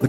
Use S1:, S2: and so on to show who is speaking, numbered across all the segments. S1: The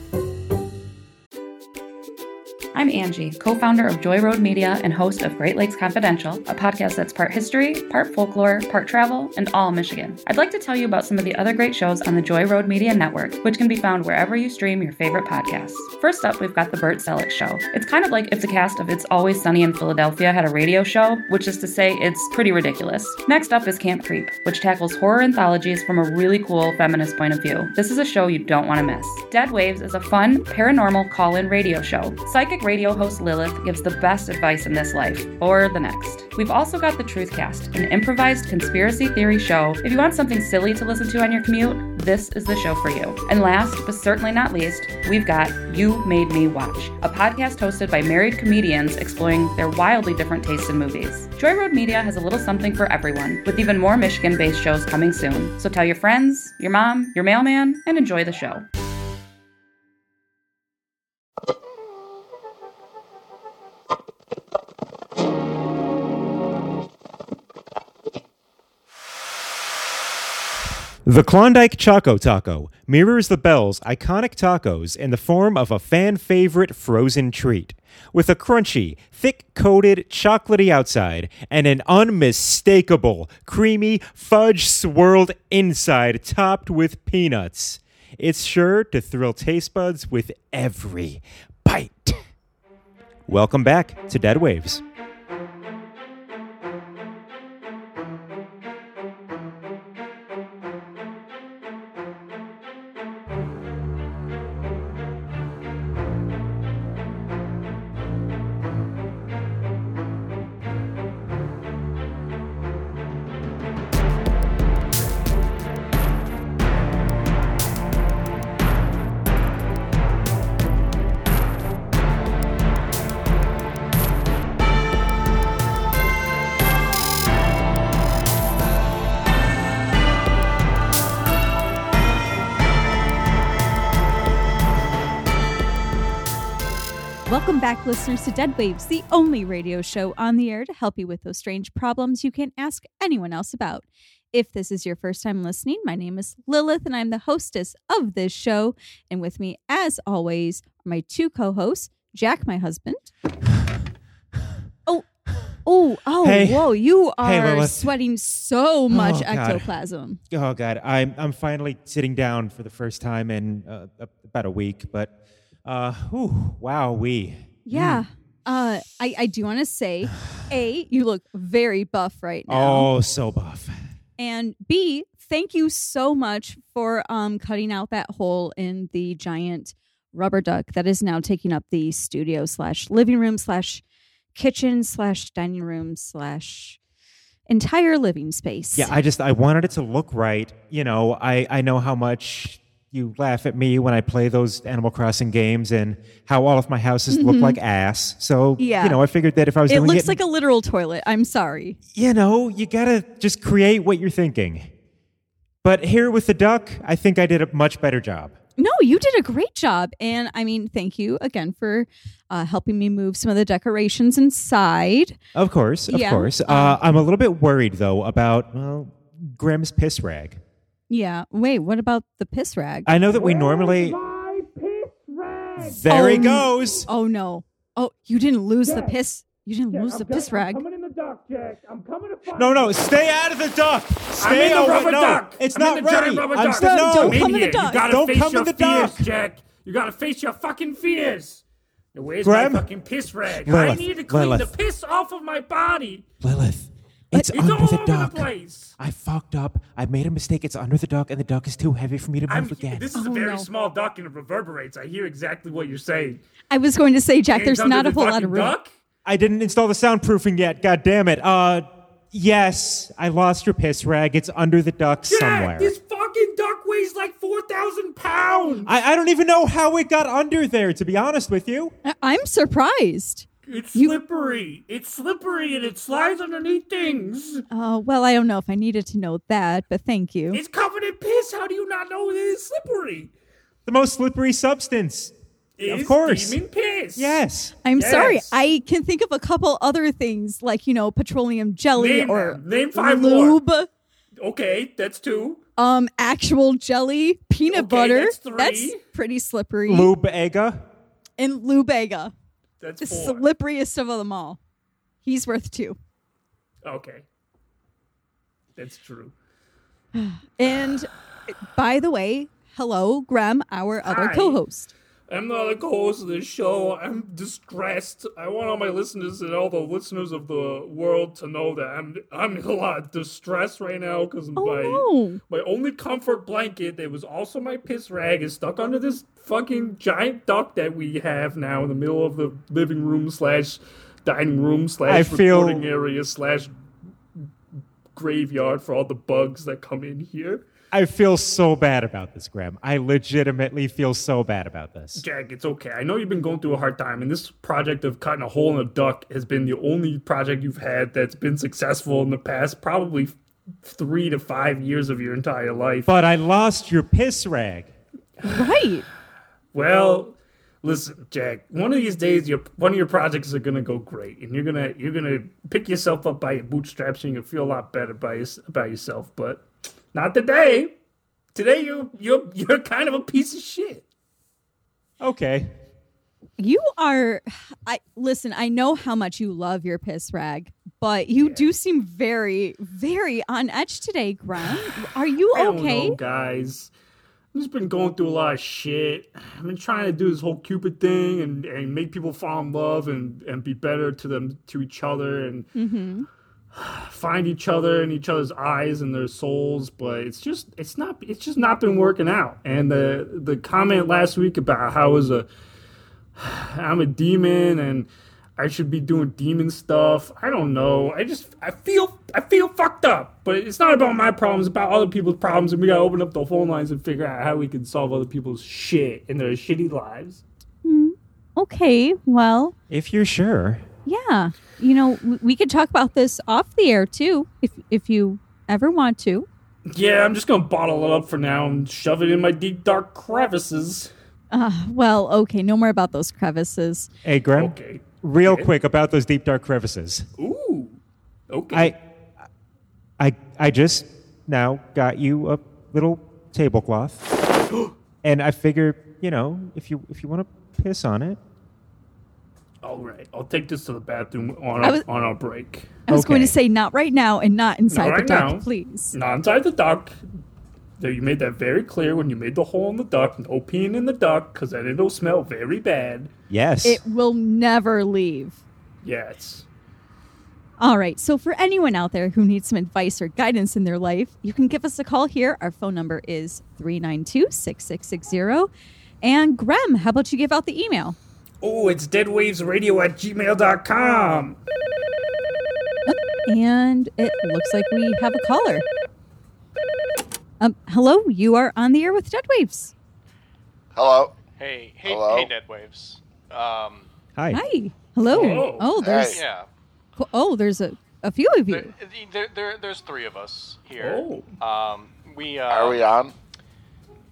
S2: I'm Angie, co founder of Joy Road Media and host of Great Lakes Confidential, a podcast that's part history, part folklore, part travel, and all Michigan. I'd like to tell you about some of the other great shows on the Joy Road Media Network, which can be found wherever you stream your favorite podcasts. First up, we've got The Burt Selleck Show. It's kind of like if the cast of It's Always Sunny in Philadelphia had a radio show, which is to say, it's pretty ridiculous. Next up is Camp Creep, which tackles horror anthologies from a really cool feminist point of view. This is a show you don't want to miss. Dead Waves is a fun, paranormal call in radio show. Psychic radio host Lilith gives the best advice in this life or the next. We've also got The Truthcast, an improvised conspiracy theory show. If you want something silly to listen to on your commute, this is the show for you. And last, but certainly not least, we've got You Made Me Watch, a podcast hosted by married comedians exploring their wildly different tastes in movies. Joy Road Media has a little something for everyone, with even more Michigan based shows coming soon. So tell your friends, your mom, your mailman, and enjoy the show.
S3: The Klondike Choco Taco mirrors the Bell's iconic tacos in the form of a fan favorite frozen treat. With a crunchy, thick coated, chocolatey outside and an unmistakable, creamy, fudge swirled inside topped with peanuts. It's sure to thrill taste buds with every bite. Welcome back to Dead Waves.
S4: Welcome back, listeners, to Dead Waves, the only radio show on the air to help you with those strange problems you can't ask anyone else about. If this is your first time listening, my name is Lilith, and I'm the hostess of this show. And with me, as always, are my two co hosts, Jack, my husband. Oh, oh, oh,
S3: Hey.
S4: whoa, you
S3: Hey,
S4: are
S3: Lilith.
S4: sweating so much
S3: Oh, God.
S4: ectoplasm.
S3: Oh God, I'm I'm finally sitting down for the first time in uh, a- about a week, but uh, whew, wow, we.
S4: Yeah. Uh, I, I do want to say, A, you look very buff right now.
S3: Oh, so buff.
S4: And B, thank you so much for um, cutting out that hole in the giant rubber duck that is now taking up the studio slash living room slash kitchen slash dining room slash entire living space.
S3: Yeah, I just I wanted it to look right. You know, I I know how much you laugh at me when I play those Animal Crossing games and how all of my houses look like ass. So
S4: Mm-hmm. Yeah.
S3: you know, I figured that if I was
S4: it
S3: doing
S4: looks
S3: it,
S4: like a literal toilet. I'm sorry.
S3: you know, you gotta just create what you're thinking. But here with the duck, I think I did a much better job.
S4: No, you did a great job. And I mean, thank you again for uh, helping me move some of the decorations inside.
S3: Of course, of
S4: Yeah.
S3: course.
S5: um,
S3: Uh, I'm a little bit worried though about well, Grim's piss rag.
S4: Yeah. Wait, what about the piss rag?
S3: I know that we normally. There he
S4: Oh,
S3: goes.
S4: Oh no. Oh, you didn't lose the piss. You didn't lose the piss rag.
S3: No, no, stay out of the duck. Stay
S5: in the
S3: away-
S5: rubber
S3: no,
S5: duck.
S3: It's
S5: I'm
S3: not
S5: in the
S3: ready.
S5: giant rubber
S3: I'm
S5: duck.
S4: No,
S3: st- no,
S4: don't come in the
S5: Idiot.
S4: duck.
S5: You gotta
S3: Don't
S5: face
S3: come in
S5: your
S3: the
S5: fears,
S3: duck.
S5: Jack. You gotta face your fucking fears. Now, where's
S3: Graham?
S5: my fucking piss rag? I
S3: Lilith,
S5: need to clean
S3: Lilith.
S5: the piss off of my body.
S3: Lilith, It's,
S5: It's
S3: under
S5: all
S3: the
S5: over the
S3: duck.
S5: place.
S3: I fucked up. I made a mistake. It's under the duck, and the duck is too heavy for me to move
S5: I'm,
S3: again.
S5: this is
S4: Oh,
S5: a very
S4: no.
S5: small duck and it reverberates. I hear exactly what you're saying.
S4: I was going to say, Jack,
S5: It's
S4: there's
S5: under
S4: not a
S5: the
S4: whole lot
S5: fucking
S4: of room.
S5: Duck?
S3: I didn't install the soundproofing yet. God damn it. Uh, yes, I lost your piss rag. It's under the duck somewhere.
S5: Jack, this fucking duck weighs like 4,000 pounds.
S3: I, I don't even know how it got under there, to be honest with you.
S4: I- I'm surprised.
S5: It's
S4: You-
S5: slippery. It's slippery and it slides underneath things.
S4: Oh, well, I don't know if I needed to know that, but thank you.
S5: It's covered in piss. How do you not know it is slippery?
S3: The most slippery substance.
S5: It's
S3: of course.
S5: steaming piss.
S3: Yes.
S4: I'm sorry.
S5: Yes.
S4: I can think of a couple other things like, you know, petroleum jelly
S5: Name
S4: or
S5: them. Name five more.
S4: lube,
S5: Okay, that's two.
S4: um actual jelly, peanut
S5: Okay,
S4: butter.
S5: that's three.
S4: pretty slippery.
S3: Lube Ega.
S4: And lubega,
S5: That's
S4: the
S5: four.
S4: slipperiest of them all. He's worth two.
S5: okay. That's true.
S4: And by the way, hello, Graham, our other
S5: Hi.
S4: co-host.
S5: I'm not a co-host of this show. I'm distressed. I want all my listeners and all the listeners of the world to know that I'm I'm a lot distressed right now because
S4: Oh
S5: my
S4: no.
S5: my only comfort blanket that was also my piss rag is stuck under this fucking giant duck that we have now in the middle of the living room slash dining room
S3: I
S5: slash
S3: feel-
S5: recording area slash graveyard for all the bugs that come in here.
S3: I feel so bad about this, Graham. I legitimately feel so bad about this.
S5: Jack, it's okay. I know you've been going through a hard time, and this project of cutting a hole in a duck has been the only project you've had that's been successful in the past probably f- three to five years of your entire life.
S3: But I lost your piss rag.
S4: Right.
S5: well, listen, Jack. One of these days, your one of your projects are gonna go great, and you're gonna you're gonna pick yourself up by your bootstraps, and you'll feel a lot better by your, about yourself. But not today. Today, you're you're you're kind of a piece of shit.
S3: Okay.
S4: You are I listen, I know how much you love your piss rag, but you do seem very, very on edge today, Graham. Are you
S5: I don't
S4: okay?
S5: know, guys. I've just been going through a lot of shit. I've been trying to do this whole Cupid thing and, and make people fall in love and, and be better to them to each other and
S4: Mm-hmm.
S5: find each other in each other's eyes and their souls. But it's just it's not it's just not been working out. And the the comment last week about how I was a I'm a demon and I should be doing demon stuff. I don't know. I just I feel I feel fucked up. But it's not about my problems, it's about other people's problems and we gotta open up the phone lines and figure out how we can solve other people's shit and their shitty lives.
S4: Hmm, Okay, well,
S3: If you're sure.
S4: yeah. You know, w- we could talk about this off the air too, if if you ever want to.
S5: Yeah, I'm just gonna bottle it up for now and shove it in my deep dark crevices.
S4: Uh, well, okay, no more about those crevices.
S3: Hey, Graham.
S5: Okay.
S3: Real quick about those deep dark crevices.
S5: Ooh. Okay.
S3: I, I, I just now got you a little tablecloth, and I figure, you know, if you if you want to piss on it,
S5: All right. I'll take this to the bathroom on
S4: I
S5: our,
S4: was-
S5: on our break.
S4: I was going to
S3: Okay.
S4: say not right now and not inside
S5: Not
S4: the
S5: right
S4: duck,
S5: now.
S4: please.
S5: Not inside the duck. Though you made that very clear when you made the hole in the duck. No peeing in the duck, because then it'll smell very bad.
S3: yes,
S4: It will never leave.
S5: Yes.
S4: All right. So, for anyone out there who needs some advice or guidance in their life, you can give us a call here. Our phone number is 392 6660. And, Grem, how about you give out the email?
S5: Oh, it's deadwavesradio at gmail.com.
S4: And it looks like we have a caller. Um, hello, you are on the air with Dead Waves.
S6: Hello.
S7: Hey, hey,
S6: Hello?
S7: hey, Ned Waves. Um,
S3: hi.
S4: Hi. Hello.
S5: Hello.
S4: Oh, there's
S6: Hey.
S7: yeah,
S4: oh, there's a, a few of
S7: there,
S4: you.
S7: there, there, there's three of us here.
S5: Oh.
S7: Um, we uh,
S6: Are we on?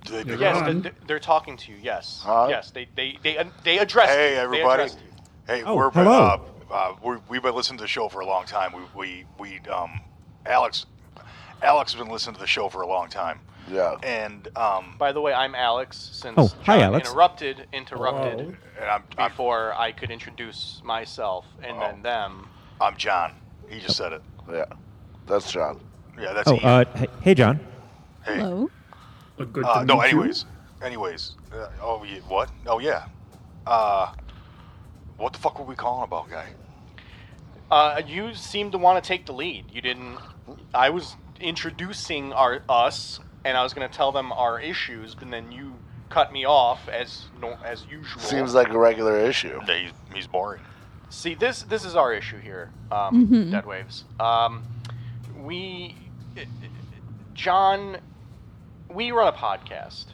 S6: Do they pick
S7: Yes,
S6: up?
S7: th-
S5: on?
S7: th- they're talking to you. Yes,
S6: Huh?
S7: yes, they, they, they, they addressed. you.
S6: Hey
S7: They
S6: everybody.
S7: addressed you.
S6: Hey,
S3: Oh,
S6: we're
S3: hello.
S6: Uh, uh, we we've been listening to the show for a long time. We we we um Alex Alex has been listening to the show for a long time.
S8: Yeah.
S6: And um
S7: By the way, I'm Alex. Since
S3: Oh, hi,
S7: John
S3: Alex.
S7: interrupted, interrupted
S6: and I'm I'm, Oh.
S7: before I could introduce myself and then them.
S6: I'm John. He just said it.
S8: Yeah, that's John.
S6: Yeah, that's
S3: Oh,
S6: Ian.
S3: uh, h- hey, John.
S6: hey.
S4: Hello.
S5: Well, Good
S6: Uh,
S5: to
S6: no,
S5: meet you.
S6: anyways. Anyways. Uh, oh, yeah, what? Oh, yeah. Uh what the fuck were we calling about, guy?
S7: Uh, you seemed to want to take the lead. You didn't. I was introducing our us, and I was going to tell them our issues, and then you cut me off as no, as usual.
S8: Seems like a regular issue.
S6: Yeah, he's, he's boring.
S7: See, this this is our issue here, um, Dead Waves. Um, we, i- i- John, we run a podcast.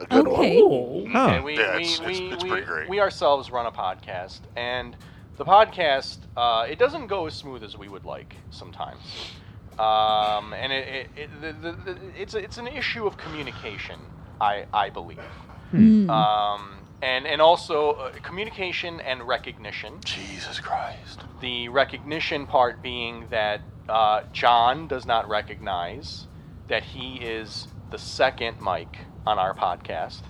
S8: A good
S4: Okay.
S5: Oh,
S3: Oh,
S7: And we,
S6: Yeah,
S7: we,
S6: it's-
S7: we,
S6: it's- it's
S7: we,
S6: pretty great.
S7: we ourselves run a podcast, and the podcast uh, it doesn't go as smooth as we would like sometimes, um, and it, it, it, the, the, the, it's it's an issue of communication, I I believe,
S6: Mm-hmm.
S7: um, and and also uh, communication and recognition.
S6: Jesus Christ.
S7: The recognition part being that uh, John does not recognize that he is the second mic on our podcast,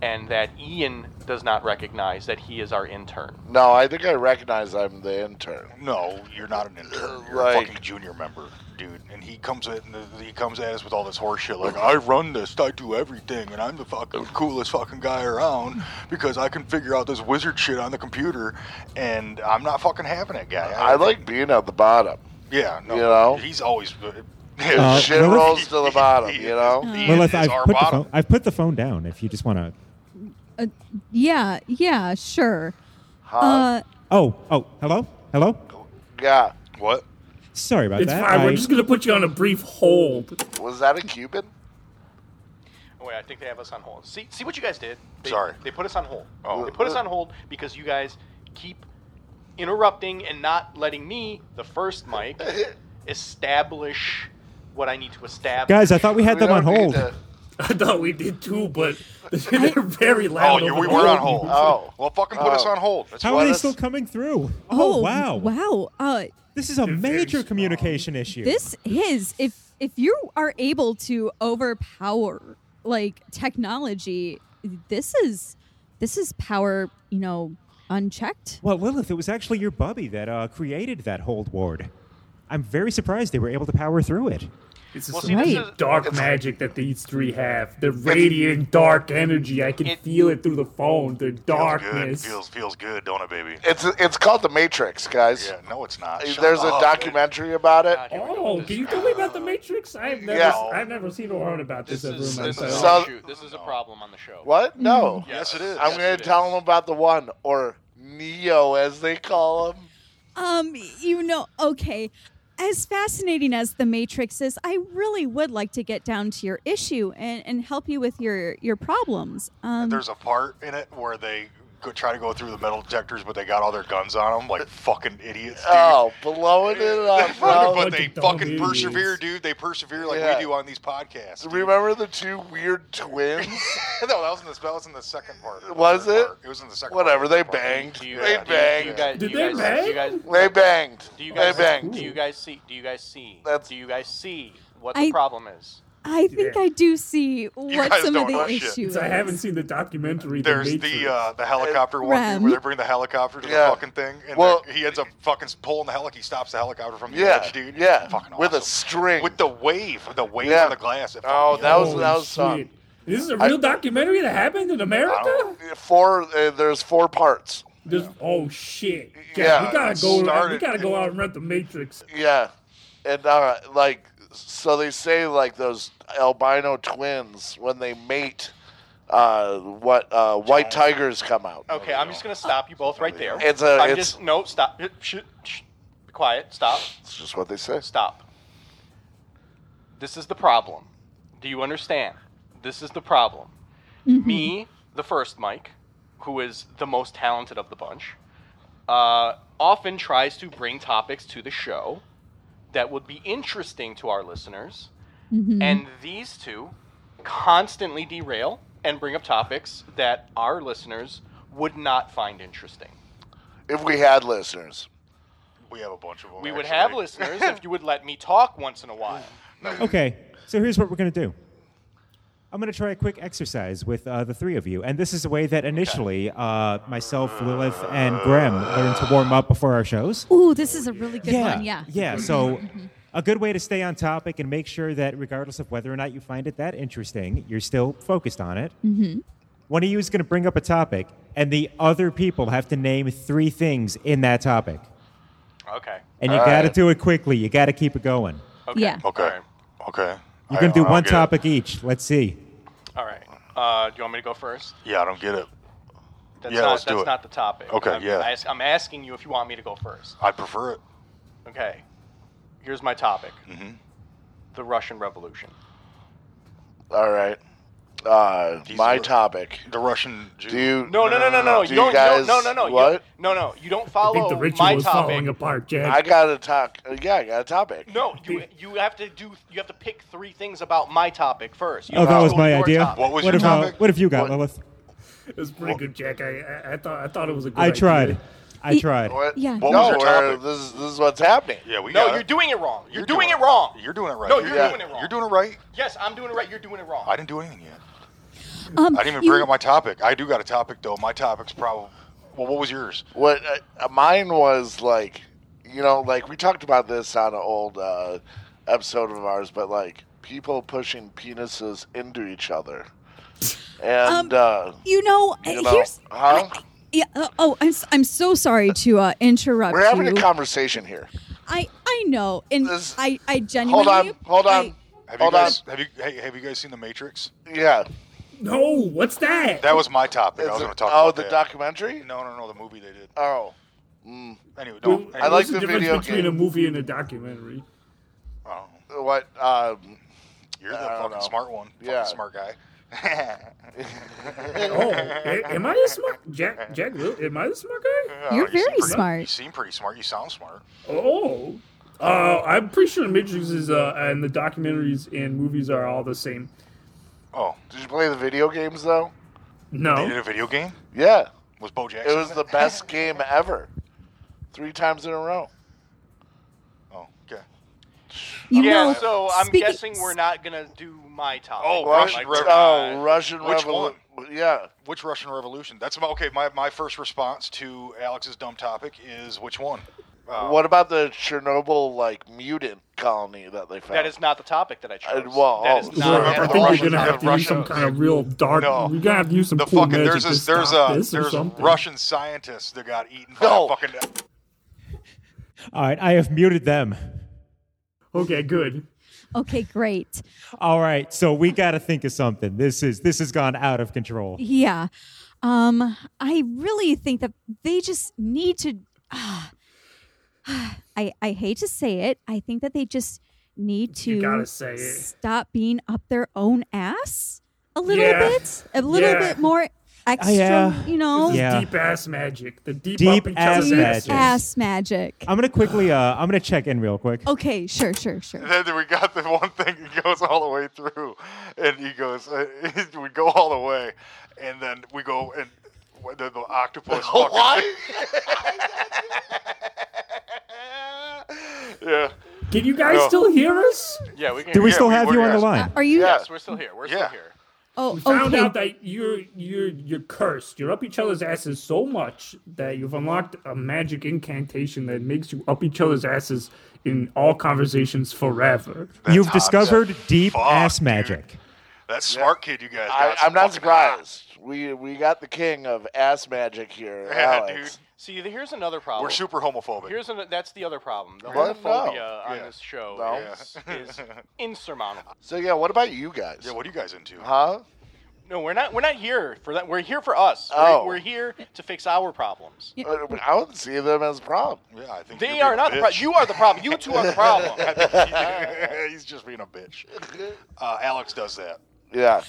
S7: and that Ian does not recognize that he is our intern.
S8: one. No, I think I recognize I'm the intern.
S6: No, you're not an intern.
S8: Uh,
S6: You're a
S8: like-
S6: fucking junior member, dude. And he comes at he comes at us with all this horseshit. Like I run this, I do everything, and I'm the fucking coolest fucking guy around because I can figure out this wizard shit on the computer, and I'm not fucking having it, guy.
S8: I like being at the bottom.
S6: Yeah, no,
S8: you know?
S6: he's always.
S3: Uh,
S8: Shit
S3: Lilith-
S8: rolls to the bottom, you know?
S6: He
S3: Lilith,
S6: is
S3: I've
S6: our
S3: put, the
S6: bottom.
S3: phone, I've put the phone down. If you just want to.
S4: Uh, Yeah, yeah, sure.
S8: Huh?
S4: uh,
S3: Oh, oh, hello, hello.
S8: yeah.
S6: What?
S3: Sorry about
S5: it's
S3: that.
S5: fine.
S3: I-
S5: We're just gonna put you on a brief hold.
S8: Was that a Cuban?
S7: Oh, wait, I think they have us on hold. See, see what you guys did. They,
S6: Sorry.
S7: they put us on hold.
S6: Oh.
S7: They put us on hold because you guys keep interrupting and not letting me, the first mic, establish what I need to establish.
S3: guys, I thought we had
S8: We
S3: them on
S8: don't need
S3: hold.
S8: to-
S5: I thought we did too, but they're very
S6: Oh,
S5: loud.
S6: you,
S5: over
S6: we
S5: the
S6: were on
S5: phone.
S6: hold.
S8: Oh.
S6: well, fucking put
S8: Oh.
S6: us on hold. That's
S3: How
S6: why
S3: are they
S6: that's-
S3: still coming through?
S4: Oh,
S3: wow.
S4: Wow. Uh,
S3: This is a major
S5: small.
S3: communication issue.
S4: this is if if you are able to overpower like technology, this is this is power, you know, unchecked.
S3: Well, Lilith, it was actually your bubby that uh, created that hold ward. I'm very surprised they were able to power through it.
S5: This is
S7: Well,
S5: some
S7: see, this
S5: deep
S7: is-
S5: dark magic that these three have. They're radiating dark energy. I can
S7: It-
S5: feel it through the phone. The
S6: Feels good.
S5: darkness.
S6: Feels feels good, don't it, baby?
S8: It's it's called The Matrix, guys.
S6: Yeah, no, it's not. Shut
S8: There's a
S6: up.
S8: documentary about it.
S7: God, here we go.
S5: Oh,
S7: This-
S5: can you tell me about the Matrix? I've never,
S8: Yeah.
S5: I've never seen or heard about this,
S7: This is,
S5: ever in
S7: this,
S5: my
S7: is
S5: life.
S8: So-
S7: on the shoot. this is a problem on the show.
S8: What? No.
S6: Yes, it is.
S8: I'm
S6: Yes,
S8: going
S7: it
S8: to tell
S7: is.
S8: them about the one, or Neo, as they call him.
S4: Um, you know, okay. As fascinating as the Matrix is, I really would like to get down to your issue and, and help you with your your problems. Um,
S6: There's a part in it where they go, try to go through the metal detectors, but they got all their guns on them, like fucking idiots. Dude.
S8: Oh, blowing it up, bro.
S6: but they
S5: Bunch of
S6: fucking
S5: dumb
S6: persevere,
S5: idiots.
S6: dude. They persevere like
S8: Yeah.
S6: we do on these podcasts. dude.
S8: Remember the two weird twins?
S6: no, that was in the that was in the second part. or
S8: Was
S6: third
S8: it?
S6: Part. uh, It was in the second.
S8: Whatever,
S6: part,
S8: they
S6: or third part.
S8: banged.
S7: Do you,
S8: They
S7: do you- do you
S8: banged.
S7: guys- do
S5: Did
S7: you
S5: they
S7: guys-
S5: bang?
S7: Do you guys,
S8: They banged.
S7: do you
S8: They
S7: guys,
S8: banged.
S7: do you guys see? Do you guys see?
S8: That's-
S7: do you guys see what
S4: I-
S7: the problem is?
S4: I think
S5: Yeah.
S4: I do see what
S6: guys
S4: some of
S6: don't
S4: the
S6: know shit.
S4: issues.
S5: I haven't seen the documentary.
S6: There's
S5: the,
S6: the
S5: Matrix.
S6: uh, the helicopter one dude,
S4: Rem.
S6: where they bring the helicopter to
S8: Yeah.
S6: the fucking thing, and
S8: Well-
S6: well, he ends up fucking pulling the helic. He stops the helicopter from the
S8: Yeah,
S6: edge, dude.
S8: yeah.
S6: fucking
S8: With a
S6: awesome.
S8: string.
S6: with the wave, the wave
S8: Yeah.
S6: on the glass. It
S8: Oh,
S6: fucking
S8: that was
S5: Holy
S8: that was
S5: shit.
S8: fun.
S5: This is a real documentary that happened in
S8: Oh,
S5: America.
S8: Four. Uh, there's four parts.
S5: This, oh shit! God,
S8: Yeah,
S5: we gotta
S8: it
S5: go. we
S6: started-
S5: gotta go out and rent the Matrix.
S8: Yeah, and uh, like so they say like those albino twins when they mate, uh, what uh, white tigers come out.
S7: Okay, I'm just gonna stop you both right there.
S8: It's a-
S7: I'm
S8: it's-
S7: just no stop. Shh, shh, be quiet. Stop.
S8: It's just what they say.
S7: Stop. This is the problem. Do you understand? This is the problem.
S4: Mm-hmm.
S7: Me,
S3: Mm-hmm.
S7: the first Mike, who is the most talented of the bunch, uh, often tries to bring topics to the show that would be interesting to our listeners.
S3: Mm-hmm.
S7: And these two constantly derail and bring up topics that our listeners would not find interesting.
S8: If we had listeners,
S6: We have a bunch of them.
S7: We would have
S6: actually.
S7: listeners if you would let me talk once in a while.
S3: Okay, so here's what we're going to do. I'm going to try a quick exercise with uh, the three of you, and this is the way that initially uh, myself, Lilith, and Graham learned to warm up before our shows.
S4: Ooh, this is a really good one. Yeah.
S3: Yeah. So, a good way to stay on topic and make sure that, regardless of whether or not you find it that interesting, you're still focused on it. Mm-hmm. One of you is going to bring up a topic, and the other people have to name three things in that topic.
S7: Okay.
S3: And you
S8: All
S3: got to
S8: right.
S3: do it quickly. You got to keep it going.
S7: Okay.
S4: Yeah.
S7: All
S6: Okay.
S7: right.
S6: Okay.
S3: You're
S6: I-
S3: going
S6: I
S3: to do
S6: don't
S3: one
S6: get it.
S3: topic each. Let's see.
S7: All right. Uh, do you want me to go first?
S6: Yeah, I don't get it.
S7: That's
S6: Yeah,
S7: not,
S6: let's do
S7: That's
S6: it.
S7: not the topic.
S6: Okay,
S7: I'm,
S6: yeah.
S7: as- I'm asking you if you want me to go first.
S6: I prefer it.
S7: Okay. Here's my topic.
S6: Mhm.
S7: The Russian Revolution.
S8: All right. Uh,
S6: These
S8: my
S6: were-
S8: topic.
S6: The Russian Jew.
S8: Do you?
S7: No, no, no, no, no.
S8: Do
S7: You don't.
S8: you guys?
S7: no, no, no, no. you-
S8: What?
S7: no, no. You don't
S5: I think
S7: follow
S5: the ritual
S7: my
S5: is
S7: topic.
S5: falling apart, Jack.
S8: I got a talk. Yeah, I got a topic.
S7: No, you you have to do. You have to pick three things about my topic first. You
S3: Oh, that
S7: don't
S3: was
S7: go
S3: my
S7: to your
S3: idea.
S7: topic.
S6: What was
S3: what
S6: your
S3: have, uh,
S6: topic?
S3: what have you got,
S8: What-
S3: Lilith?
S5: it was pretty good, Jack. I, I, I thought I thought it was a good.
S3: I
S5: idea.
S3: tried. I
S4: He-
S3: tried.
S8: What?
S4: Yeah.
S6: What
S8: no,
S6: was your
S8: we're-
S6: topic?
S8: This is this is what's happening.
S6: Yeah, we
S7: No,
S6: got
S7: you're
S6: it.
S7: doing it wrong. You're, doing, it
S6: right.
S7: wrong.
S6: You're doing it right.
S7: No, you're
S8: Yeah.
S7: doing it wrong.
S6: You're doing it right.
S7: Yes, I'm doing it right. You're doing it wrong.
S6: I didn't do anything yet.
S4: Um,
S6: I didn't even
S4: you-
S6: bring up my topic. I do got a topic though. My topic's probably. Well, what was yours?
S8: What uh, mine was like, you know, like we talked about this on an old uh, episode of ours, but like people pushing penises into each other,
S7: Um,
S8: and uh,
S4: You know,
S8: You
S4: uh,
S8: know,
S4: here's.
S8: huh?
S4: I- I- yeah, uh, oh, I'm, s- I'm so sorry to uh, interrupt
S8: we're having
S4: you.
S8: a conversation here.
S4: I I know, and
S8: This-
S4: I I
S8: Hold
S4: genuinely.
S8: on, hold on,
S4: I-
S6: Have
S8: hold
S6: you
S8: on.
S6: guys? Have you? Hey, have you guys seen The Matrix?
S8: Yeah,
S5: No, what's that?
S6: That was my topic. I
S8: It's-
S6: was going to talk
S8: oh,
S6: about
S8: the
S6: that.
S8: documentary.
S6: No, no, no. The movie they did.
S8: Oh,
S6: Anyway,
S5: Well,
S6: don't.
S8: I like
S5: what's
S8: the
S5: difference
S8: video
S5: between
S8: game.
S5: a movie and a documentary.
S6: Oh,
S8: what? Um,
S6: you're the
S8: I don't
S6: fucking
S8: know.
S6: smart one. Fucking
S8: Yeah.
S6: smart guy.
S5: Oh, a- am I a smart Jack? Jack, Wil- am I the smart guy?
S6: Oh,
S4: You're
S6: you seem
S4: very
S6: pretty-
S4: smart.
S6: You seem pretty smart. You sound smart.
S5: Oh, uh, I'm pretty sure the Matrix is uh, and the documentaries and movies are all the same.
S6: Oh,
S8: Did you play the video games though?
S6: they did
S5: No,
S6: a video game.
S8: Yeah,
S6: Was Bo Jackson?
S8: it was
S6: in
S8: the best game ever. Three times in a row.
S6: Oh, okay.
S4: You
S7: yeah.
S4: know,
S7: so I'm
S4: speaking-
S7: guessing we're not gonna do my topic.
S6: Oh,
S7: Like,
S6: Russian
S7: we're
S6: Rev-
S7: not-
S8: oh, Russian
S6: Which
S8: Revolu- Yeah,
S6: Which Russian Revolution? That's about okay. My my first response to Alex's dumb topic is which one? Uh,
S8: What about the Chernobyl like mutant colony that they found?
S7: That is not the topic that I chose.
S8: Uh, well,
S7: that is
S8: oh,
S7: not
S8: No,
S5: Well,
S8: and
S5: I
S8: the
S5: think we're
S8: Russians
S5: gonna
S8: have
S5: have to use some
S6: Russians.
S5: kind of real dark.
S6: No.
S5: We're gonna have to use some
S6: the
S5: cool
S6: fucking there's
S5: magic to
S6: a there's
S5: stop
S6: a
S5: this or
S6: there's
S5: something.
S6: Russian scientists that got eaten by
S8: No.
S6: a fucking
S3: All right. I have muted them.
S5: Okay, good.
S4: okay, great.
S3: All right. So we got to think of something. This is this has gone out of control.
S4: Yeah. Um, I really think that they just need to. I I hate to say it. I think that they just need to
S5: You gotta say it.
S4: stop being up their own ass a little
S5: Yeah.
S4: bit, a little
S5: Yeah.
S4: bit more extra.
S3: yeah.
S4: You know,
S5: This
S3: Yeah.
S5: is deep ass magic. The deep,
S3: Deep
S5: up each
S3: ass
S5: other's
S4: deep
S5: asses.
S3: magic.
S4: ass magic.
S3: I'm gonna quickly. Uh, I'm gonna check in real quick.
S4: Okay, sure, sure, sure.
S6: And then we got the one thing that goes all the way through, and he goes, uh, we go all the way, and then we go and the, the octopus. fucking-
S8: Why?
S6: yeah.
S5: Can you guys
S6: No.
S5: still hear us?
S7: Yeah, we can.
S3: Do we
S6: Yeah,
S3: still
S6: we-
S3: have
S6: we-
S3: you on the
S6: yes.
S3: line?
S4: Are you?
S8: Yeah.
S7: Yes, we're still here. We're
S6: Yeah.
S7: still here.
S4: Oh,
S5: We found
S4: okay.
S5: out that you're you're you're cursed. You're up each other's asses so much that you've unlocked a magic incantation that makes you up each other's asses in all conversations forever.
S6: That's
S3: You've
S6: hot as
S3: discovered deep
S6: fuck,
S3: ass
S6: dude.
S3: magic.
S6: That smart kid you guys
S8: I,
S6: got.
S8: I'm not
S6: fucking hot.
S8: surprised. We we got the king of ass magic here,
S6: Yeah,
S8: Alex.
S6: dude.
S7: See, th- here's another problem.
S6: We're super homophobic.
S7: Here's an, that's the other problem. The
S8: What? No.
S7: homophobia on
S6: Yeah.
S7: this show
S8: No.
S7: is, is insurmountable.
S8: So yeah, what about you guys? Uh,
S6: yeah, what are you guys into?
S8: huh?
S7: No, we're not. We're not here for that. We're here for us.
S8: Oh.
S7: We're, we're here to fix our problems.
S8: Uh, I wouldn't see them as a problem.
S6: Yeah, I think you're
S7: They
S6: being
S7: are
S6: a
S7: not the
S6: bitch.
S7: problem. You are the problem. You two are the problem.
S6: He's just being a bitch. Uh, Alex does that.
S8: Yeah.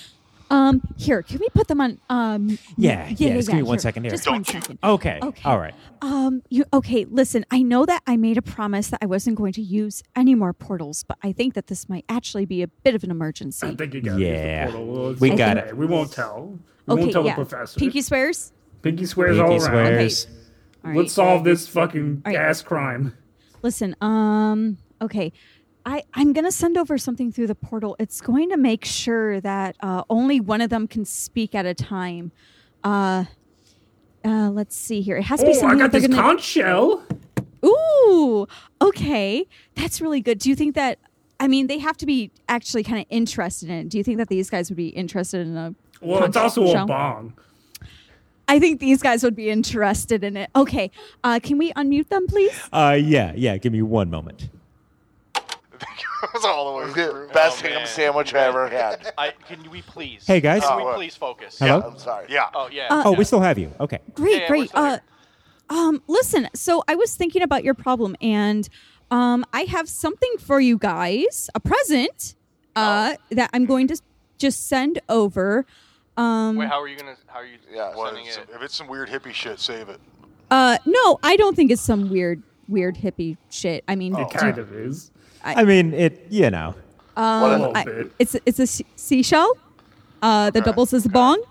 S4: Um, here, can we put them on? Um,
S3: Yeah, yeah, just give me one
S4: here.
S3: second here.
S4: Just
S6: Don't
S4: one
S6: you-
S4: second.
S3: Okay.
S4: Okay.
S3: All right.
S4: Um, you okay? Listen, I know that I made a promise that I wasn't going to use any more portals, but I think that this might actually be a bit of an
S5: I
S4: emergency.
S5: think you got
S3: Yeah.
S5: the portal. Well, it's
S3: We
S4: got
S5: okay.
S3: it.
S5: We won't tell. We
S4: okay,
S5: won't tell
S4: yeah.
S5: the professor.
S4: Pinky swears.
S5: Pinky swears all
S3: Pinky
S5: around.
S3: swears.
S4: All right.
S5: Let's solve this fucking
S4: All right.
S5: ass crime.
S4: Listen. Um. Okay. I, I'm going to send over something through the portal. It's going to make sure that uh, only one of them can speak at a time. Uh, uh, let's see here. It has to be
S5: Oh, I
S4: something
S5: got
S4: that
S5: this
S4: they're going to.
S5: conch shell.
S4: Ooh, okay. That's really good. Do you think that, I mean, they have to be actually kind of interested in it. Do you think that these guys would be interested in a.
S5: Well, it's
S4: conch
S5: also
S4: shell?
S5: a bong.
S4: I think these guys would be interested in it. Okay, uh, can we unmute them, please?
S3: Uh, yeah, yeah. Give me one moment.
S9: That was all the way through.
S8: Best
S10: Oh,
S8: ham
S10: man.
S8: sandwich I ever had.
S10: I, can we please?
S3: Hey, guys.
S10: Can
S8: Oh, uh,
S10: we please focus?
S3: Hello?
S8: I'm sorry.
S9: Yeah.
S10: Oh yeah.
S4: Uh,
S3: Oh, we still have you. Okay.
S4: Great,
S10: Yeah, we're
S4: great.
S10: still
S4: Uh,
S10: here.
S4: um, listen, so I was thinking about your problem, and um, I have something for you guys, a present uh,
S10: Oh.
S4: that I'm going to just send over. Um,
S10: Wait, how are you gonna? How are you
S8: Yeah,
S9: Well,
S10: sending
S9: it's-
S10: it?
S9: if it's some weird hippie shit, save it.
S4: uh, no, I don't think it's some weird, weird hippie shit. I mean,
S5: It
S4: Oh. do-
S5: Oh, kind of is.
S3: I mean, it. You know.
S8: What a-
S5: A little
S4: um, I-
S5: bit.
S4: it's it's a se- seashell uh, that doubles as a bong.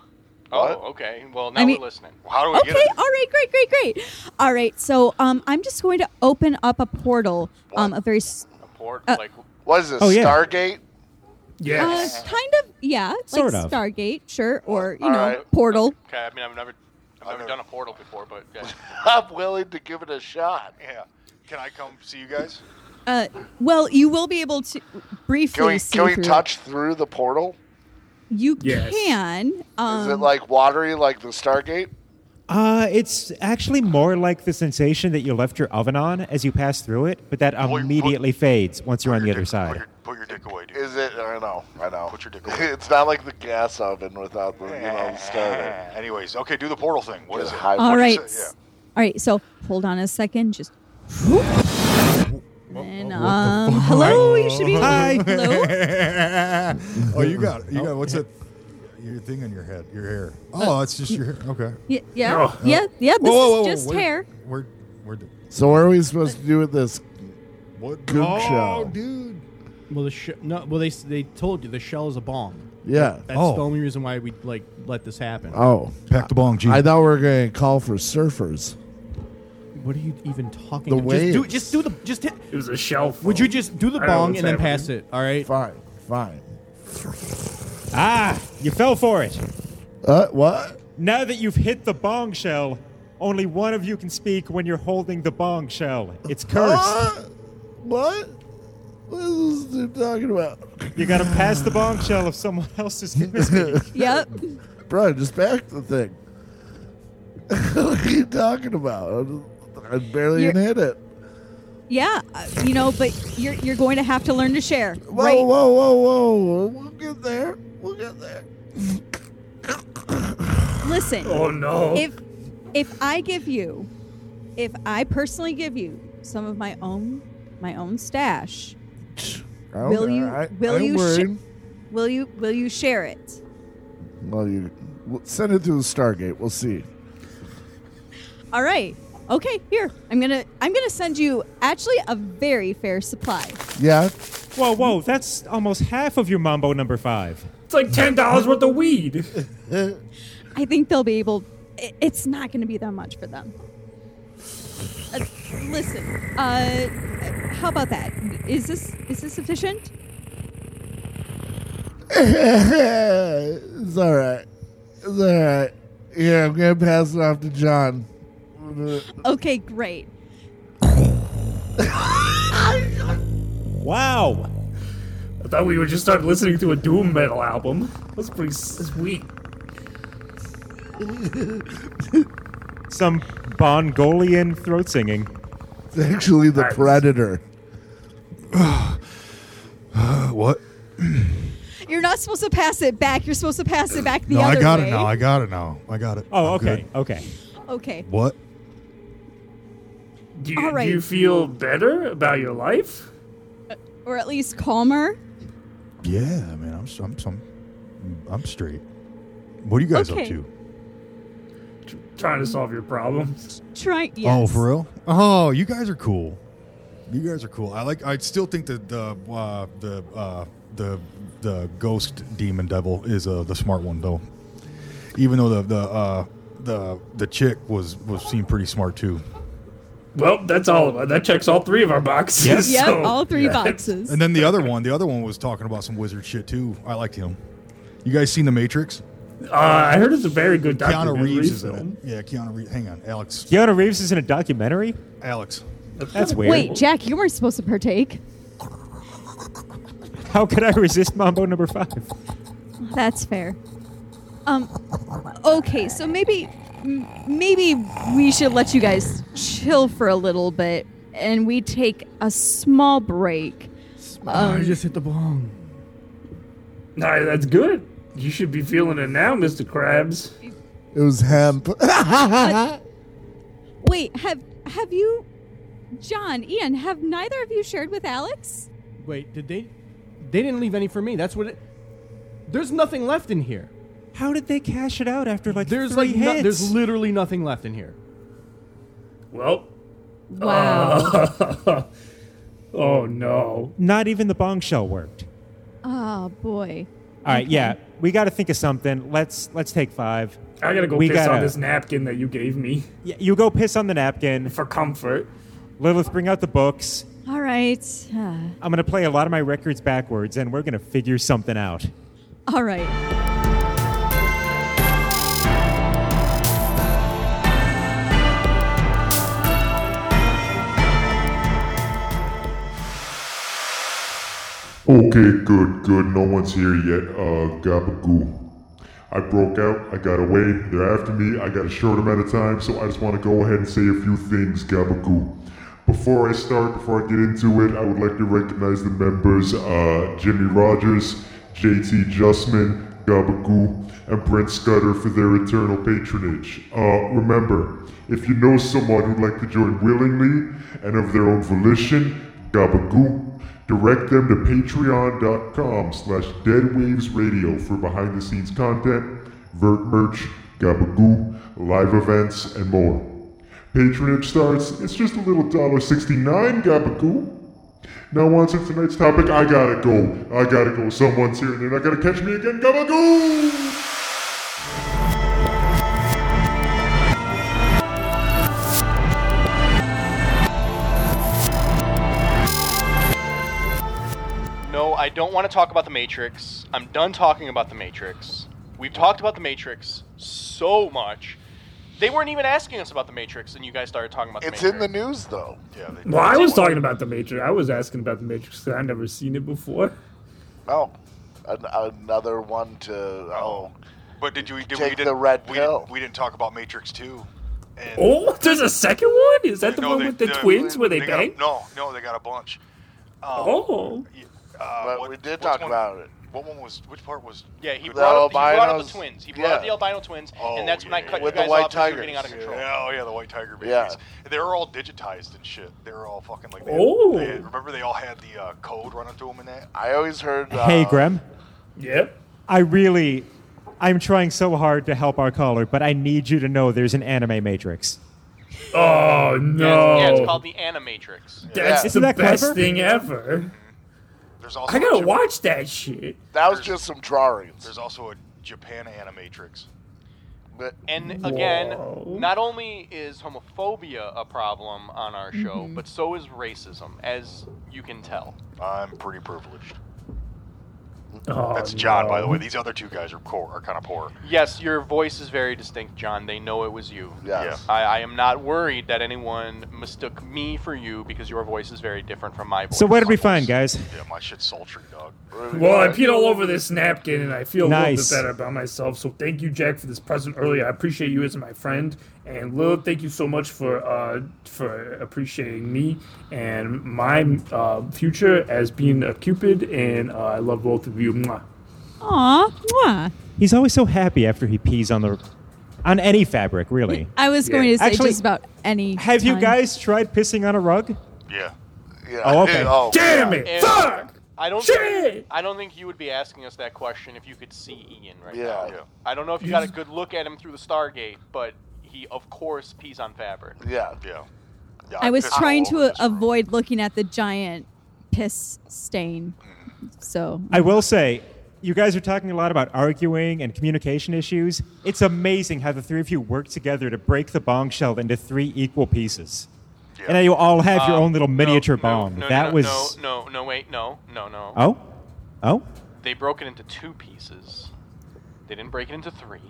S10: Oh, okay. Well, now
S4: I mean-
S10: we're listening.
S9: How do we
S4: Okay,
S9: get it?
S4: all right, great, great, great. All right, so um, I'm just going to open up a portal, um, a very s-
S10: A port,
S4: Uh,
S10: like
S8: What is this?
S3: Oh, yeah.
S8: Stargate?
S4: Uh,
S5: Yes.
S4: kind of, yeah, like
S3: Sort of.
S4: Stargate, sure, or you
S8: All
S4: know,
S8: right.
S4: Portal.
S10: okay. I mean, I've never, I've never
S9: never-
S10: done a portal before, but yeah.
S8: I'm willing to give it a shot.
S9: Yeah. Can I come see you guys?
S4: Uh, well, you will be able to briefly
S8: Can we,
S4: see
S8: can we
S4: through it.
S8: touch through the portal?
S4: You
S5: Yes.
S4: can. Um,
S8: Is it like watery like the Stargate?
S3: Uh, it's actually more like the sensation that you left your oven on as you pass through it, but that
S9: Boy,
S3: immediately fades once you're on the other
S9: Put
S3: side.
S9: your, put your dick away, dude.
S8: Is it? I know. I know.
S9: Put your dick away.
S8: it's not like the gas oven without the you know the starter.
S9: Anyways, okay, do the portal thing. What is it?
S8: High
S4: all
S8: voltage.
S4: right,
S9: yeah.
S4: s- all right. So hold on a second, just. And, um, hello, you should be.
S3: Hi.
S4: Hello.
S6: oh, you got you got what's that? Your thing on your head, your hair. Oh, it's just your hair. Okay.
S4: Yeah, yeah,
S5: Oh.
S4: Uh, yeah, yeah. This
S6: Whoa, whoa, whoa,
S4: is
S6: whoa,
S4: just
S6: where-
S4: hair.
S6: Where, where, the-
S8: So what are we supposed to do with this?
S6: what?
S8: Goop
S6: oh,
S8: shell.
S6: dude.
S7: Well, the sh- no. Well, they s- they told you the shell is a bomb.
S8: Yeah.
S7: That's
S6: Oh.
S7: the only reason why we like let this happen.
S8: Oh,
S6: Pack the bong, G.
S8: I thought we were going to call for surfers.
S7: what are you even talking?
S8: The
S7: about? Just do
S8: waves.
S7: just do the just hit.
S5: It was a shelf.
S7: Would you just do the
S5: I don't know
S7: bong
S5: what's
S7: and then
S5: happening.
S7: pass it? All right.
S8: Fine, fine.
S3: Ah, you fell for it.
S8: Uh, what?
S3: Now that you've hit the bong shell, only one of you can speak when you're holding the bong shell. It's cursed.
S8: Uh, what? What is this dude talking about?
S3: You gotta pass the bong shell if someone else is gonna speak.
S4: Yep.
S8: Bro, just back the thing. what are you talking about? I'm, I'm barely
S4: You're-
S8: even hit it.
S4: Yeah, uh, you know, but you're you're going to have to learn to share,
S8: Whoa,
S4: right?
S8: whoa, whoa,
S11: Oh,
S8: whoa. We'll get there. We'll get there.
S4: Listen.
S5: Oh no.
S4: if if I give you, if I personally give you some of my own my own stash,
S8: I don't
S4: Will
S8: know.
S4: you-
S8: I,
S4: will
S8: I ain't
S4: you sh-
S8: worried.
S4: will you will you share it?
S8: well, you well, send it through the Stargate. We'll see.
S4: All right. Okay, here. I'm going to I'm going to send you actually a very fair supply.
S8: Yeah.
S3: whoa, whoa, that's almost half of your mambo number five.
S5: it's like ten dollars worth of weed.
S4: I think they'll be able i- it's not going to be that much for them. Uh, listen. Uh how about that? Is this is this sufficient?
S8: it's all right. It's all right. Yeah, I'm gonna pass it off to John.
S4: Okay, great.
S3: Wow.
S5: I thought we would just start listening to a doom metal album. That's pretty sweet.
S3: Some Bongolian throat singing.
S8: It's actually the
S5: Nice.
S8: Predator.
S6: Uh, what?
S4: You're not supposed to pass it back. You're supposed to pass it back the
S6: no,
S4: other
S6: I got
S4: way.
S6: it now. I got it now. I got it.
S3: Oh,
S6: I'm
S3: okay,
S6: good.
S3: okay.
S4: Okay.
S6: What?
S5: Do you,
S4: All right.
S5: do you feel better about your life?
S4: or at least calmer.
S6: Yeah, I mean, I'm I'm I'm, I'm straight. What are you guys
S4: Okay.
S6: up to?
S5: Trying to solve your problems.
S4: Try.
S6: Oh,
S4: Yes.
S6: for real? Oh, you guys are cool. You guys are cool. I like. I still think that the uh, the uh, the the ghost demon devil is uh, the smart one though. Even though the the uh, the the chick was was seemed pretty smart too.
S5: Well, that's all of it. That checks all three of our boxes.
S4: Yep,
S5: so-
S4: all three
S5: Yeah.
S4: boxes.
S6: And then the other one, the other one was talking about some wizard shit too. I liked him. You guys seen the Matrix?
S5: Uh, I heard it's a very good
S6: Keanu
S5: documentary
S6: Reeves is in
S5: film.
S6: it. Yeah, Keanu Reeves. Hang on, Alex.
S3: Keanu Reeves is in a documentary?
S6: Alex.
S3: That's weird.
S4: Wait, Jack, you weren't supposed to partake.
S3: How could I resist mambo number five?
S4: That's fair. Um. Okay, so maybe maybe we should let you guys chill for a little bit and we take a small break. Um,
S12: I just hit the bong.
S5: Nah, that's good. You should be feeling it now, Mr. Krabs.
S11: It was hemp.
S4: Wait, have have you John, Ian, have neither of you shared with Alex?
S12: Wait, did they? They didn't leave any for me. That's what it. There's nothing left in here.
S3: How did they cash it out after like
S12: There's
S3: three
S12: like
S3: hits?
S12: no, there's literally nothing left in here.
S5: Well, uh,
S4: Wow.
S5: oh no.
S3: Not even the bong shell worked.
S4: oh boy.
S3: All right, yeah, we got to think of something. Let's let's take five.
S5: I gotta go
S3: We
S5: piss on
S3: gotta-
S5: this napkin that you gave me
S3: Yeah, you go piss on the napkin.
S5: for comfort.
S3: Lilith, bring out the books.
S4: All right. Uh,
S3: I'm gonna play a lot of my records backwards, and we're gonna figure something out.
S4: all right.
S13: Okay, good, good. No one's here yet. Uh, gabagoo. I broke out. I got away. They're after me. I got a short amount of time, so I just want to go ahead and say a few things, gabagoo. Before I start, before I get into it, I would like to recognize the members uh, Jimmy Rogers, JT Justman, Gabagoo, and Brent Scudder for their eternal patronage. Uh, remember, if you know someone who'd like to join willingly and of their own volition, Gabagoo, Direct them to patreon.com slash deadwavesradio for behind-the-scenes content, vert merch, gabagoo, live events, and more. Patronage starts, it's just a little $1.69, gabagoo. Now on to tonight's topic, I gotta go. I gotta go, someone's here and they're not gonna catch me again, gabagoo!
S7: No, I don't want to talk about the Matrix. I'm done talking about the Matrix. We've talked about the Matrix so much. They weren't even asking us about the Matrix, and you guys started talking about the
S8: It's in
S7: Matrix.
S8: the news though.
S6: Yeah, they,
S5: Well, I was talking about the Matrix. I was asking about the Matrix because I never seen it before.
S8: Oh, an- another one to oh.
S6: but did you? Did, we
S8: Take
S6: didn't,
S8: the red
S6: we,
S8: pill.
S6: we didn't talk about Matrix Two. And
S5: Oh, there's a second one. Is that the
S6: No,
S5: one
S6: they-
S5: with the
S6: they-
S5: twins where they,
S6: got a-
S5: bang?
S6: no, no, they got a bunch. Um,
S5: Oh,
S6: Uh,
S8: But
S6: what-
S8: we did
S6: which
S8: talk
S6: one-
S8: about it.
S6: What one was? Which part was?
S7: Yeah, he
S8: The
S7: brought, up, he brought up
S8: albinos?
S7: the twins. He brought up
S8: Yeah.
S7: the albino twins,
S6: Oh,
S7: and that's when I
S6: yeah,
S7: cut
S6: yeah,
S7: you
S8: With the
S7: guys
S8: white
S7: off because you were
S8: tigers.
S7: getting out of control.
S6: Yeah, oh yeah, the White Tiger babies.
S8: Yeah.
S6: They were all digitized and shit. They were all fucking like. They,
S5: Oh.
S6: they- remember they all had the uh, code running through them and that.
S8: I always heard. Uh,
S3: hey, Grem,
S5: yep.
S3: I really, I'm trying so hard to help our caller, but I need you to know there's an anime Matrix.
S5: Oh no.
S7: Yeah, it's- yeah, it's called the Animatrix.
S5: That's
S8: Yeah.
S5: the
S3: Isn't that
S5: best
S3: clever?
S5: thing ever.
S6: There's also
S5: I
S6: a
S5: gotta
S6: Jap-
S5: watch that shit.
S8: That was just some drawings.
S6: There's also a Japan Animatrix.
S8: But
S7: And again,
S5: Whoa.
S7: not only is homophobia a problem on our show,
S3: Mm-hmm.
S7: but so is racism, as you can tell.
S6: I'm pretty privileged.
S5: Oh,
S6: That's John, by the
S5: no.
S6: way. These other two guys are poor, are kind of poor.
S7: Yes, your voice is very distinct, John. They know it was you.
S8: yes,
S7: I, I am not worried that anyone mistook me for you because your voice is very different from my voice.
S3: So what did we find, guys?
S6: Yeah, my shit's sultry, dog.
S5: Well, I peed all over this napkin and I feel
S3: Nice.
S5: a little bit better about myself. So thank you, Jack, for this present earlier. I appreciate you as my friend. And Lil, thank you so much for uh, for appreciating me and my uh, future as being a cupid. And uh, I love both of you. Mwah.
S4: Aw. Mwah.
S3: He's always so happy after he pees on the, on any fabric, really.
S4: I was going to say
S3: Actually,
S4: just about any.
S3: Have you
S4: time.
S3: guys tried pissing on a rug?
S6: Yeah.
S8: yeah.
S3: Oh, okay.
S8: Oh,
S5: Damn it!
S7: And
S5: Fuck!
S7: I don't.
S5: Shit!
S7: I don't think you would be asking us that question if you could see Ian right
S8: Yeah.
S7: now.
S8: Yeah.
S7: I don't know if you got a good look at him through the Stargate, but he, of course, pees on fabric.
S8: Yeah.
S6: Yeah. yeah
S4: I was
S6: pissed all
S4: trying
S6: over
S4: to
S6: this room.
S4: avoid looking at the giant piss stain. So
S3: I will say, you guys are talking a lot about arguing and communication issues. It's amazing how the three of you work together to break the bong shell into three equal pieces.
S6: Yeah.
S3: And now you all have your
S7: Um,
S3: own little
S7: no,
S3: miniature
S7: no,
S3: bong.
S7: no, no,
S3: that
S7: no,
S3: was.
S7: No, no, no, wait, no, no, no.
S3: Oh? Oh?
S7: They broke it into two pieces. They didn't break it into three.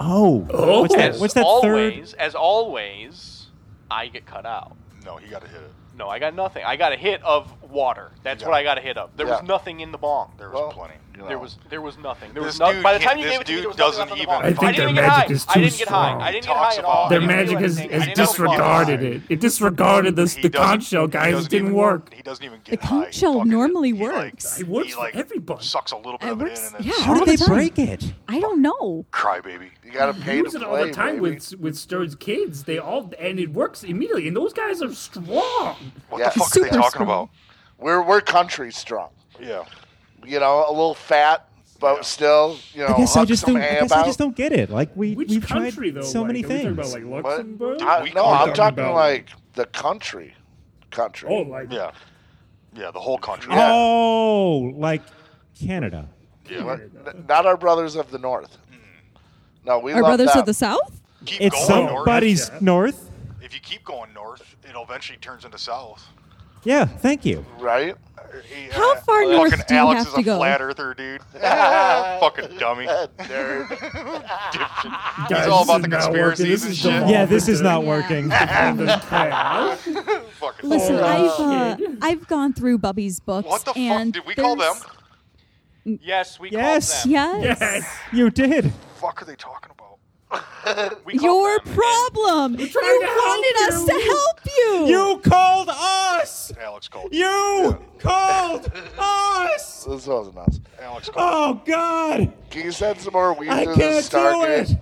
S3: Oh. What's that,
S7: As
S3: what's that third?
S7: always, as always, I get cut out.
S6: No, he got to hit it.
S7: No, I got nothing. I got a hit of water. That's
S8: Yeah.
S7: what I got a hit of. There was
S8: Yeah.
S7: nothing in the bong.
S6: There was
S8: Well,
S6: plenty.
S7: There was there was nothing. There was
S6: This
S7: nothing.
S6: dude
S7: By the time
S6: can't-
S7: you
S6: this
S7: gave it to me,
S6: dude
S7: there was nothing
S6: doesn't
S7: left on the
S6: even
S7: bar.
S6: I think
S7: I didn't
S6: their
S7: even get
S6: magic
S7: high.
S5: is
S7: I
S5: too
S7: didn't get
S5: strong.
S7: high. I didn't get high at all.
S5: Their
S7: I didn't do
S5: magic is,
S7: anything. I
S5: is
S7: didn't know what was going on.
S5: disregarded it. It disregarded this, the conch shell, guys. It didn't work.
S6: He doesn't even
S4: The
S6: get high.
S4: conch shell normally works.
S5: It works
S6: He
S5: for
S6: like
S5: everybody.
S6: sucks a little bit
S4: It
S6: of it
S4: works.
S6: in and then
S4: Yeah.
S3: How do
S4: all
S3: they
S4: the time.
S3: break it?
S4: I don't know.
S6: cry baby.
S8: You gotta pay
S5: Use
S8: to
S5: it
S8: play.
S5: all the
S8: baby.
S5: time with with Stern's kids. They all and it works immediately. And those guys are strong.
S6: What
S8: Yeah.
S6: the fuck are they
S4: Super
S6: talking
S4: strong.
S6: about?
S8: We're we're country strong.
S6: Yeah.
S8: You know, a little fat, but still, you know,
S3: I guess I
S8: hug
S3: just
S8: some
S3: don't. I
S8: ham
S3: guess
S8: out.
S3: I just don't get it. Like we
S5: Which
S3: we've
S5: country
S3: tried
S5: though?
S3: so
S5: like,
S3: many
S5: are we talking
S3: things.
S5: about like
S8: What?
S5: Luxembourg?
S8: I, no,
S5: We're
S8: I'm talking
S5: about-
S8: like the country, country.
S5: oh, like
S6: Yeah. Yeah, the whole country.
S8: Yeah.
S3: Oh, like Canada.
S8: We're- n- not our brothers of the north. No, we
S4: Our
S8: love
S4: brothers
S8: them.
S4: of the south?
S6: Hmm. Keep
S3: It's
S6: going
S3: somebody's
S5: yeah.
S3: north.
S6: north. If you keep going north, it eventually turns into south.
S3: Yeah, thank you.
S8: right.
S6: He-
S4: How
S6: uh,
S4: far
S6: fucking
S4: north do you
S6: Alex
S4: have
S6: is
S4: to
S6: a
S4: go?
S6: flat earther, dude. fucking dummy.
S8: Nerd.
S5: guys,
S6: all
S5: this
S6: about
S5: is
S6: the
S5: not
S6: conspiracies
S5: working. This
S6: and
S5: is
S6: shit.
S5: devolving
S3: Yeah, this is
S5: into-
S3: not
S4: Yeah.
S3: working.
S5: into chaos.
S6: fucking
S4: Listen,
S5: Oh,
S4: I've uh,
S5: shit.
S4: I've gone through Bubby's books.
S6: What the fuck?
S4: and
S6: Did we call them?
S4: there's-
S7: Yes, we
S3: Yes.
S7: called them.
S4: Yes.
S5: Yes.
S3: You did.
S6: fuck are they talking about?
S7: We called
S4: Your
S7: them.
S4: problem. You
S5: trying to help
S4: wanted us
S5: you.
S4: to help you.
S3: You called us.
S6: Alex called.
S3: You called us.
S8: this wasn't us.
S6: Alex called.
S3: Oh God,
S8: Can you send some more weed
S3: I
S8: to the
S3: can't do
S8: Stargate?
S3: it.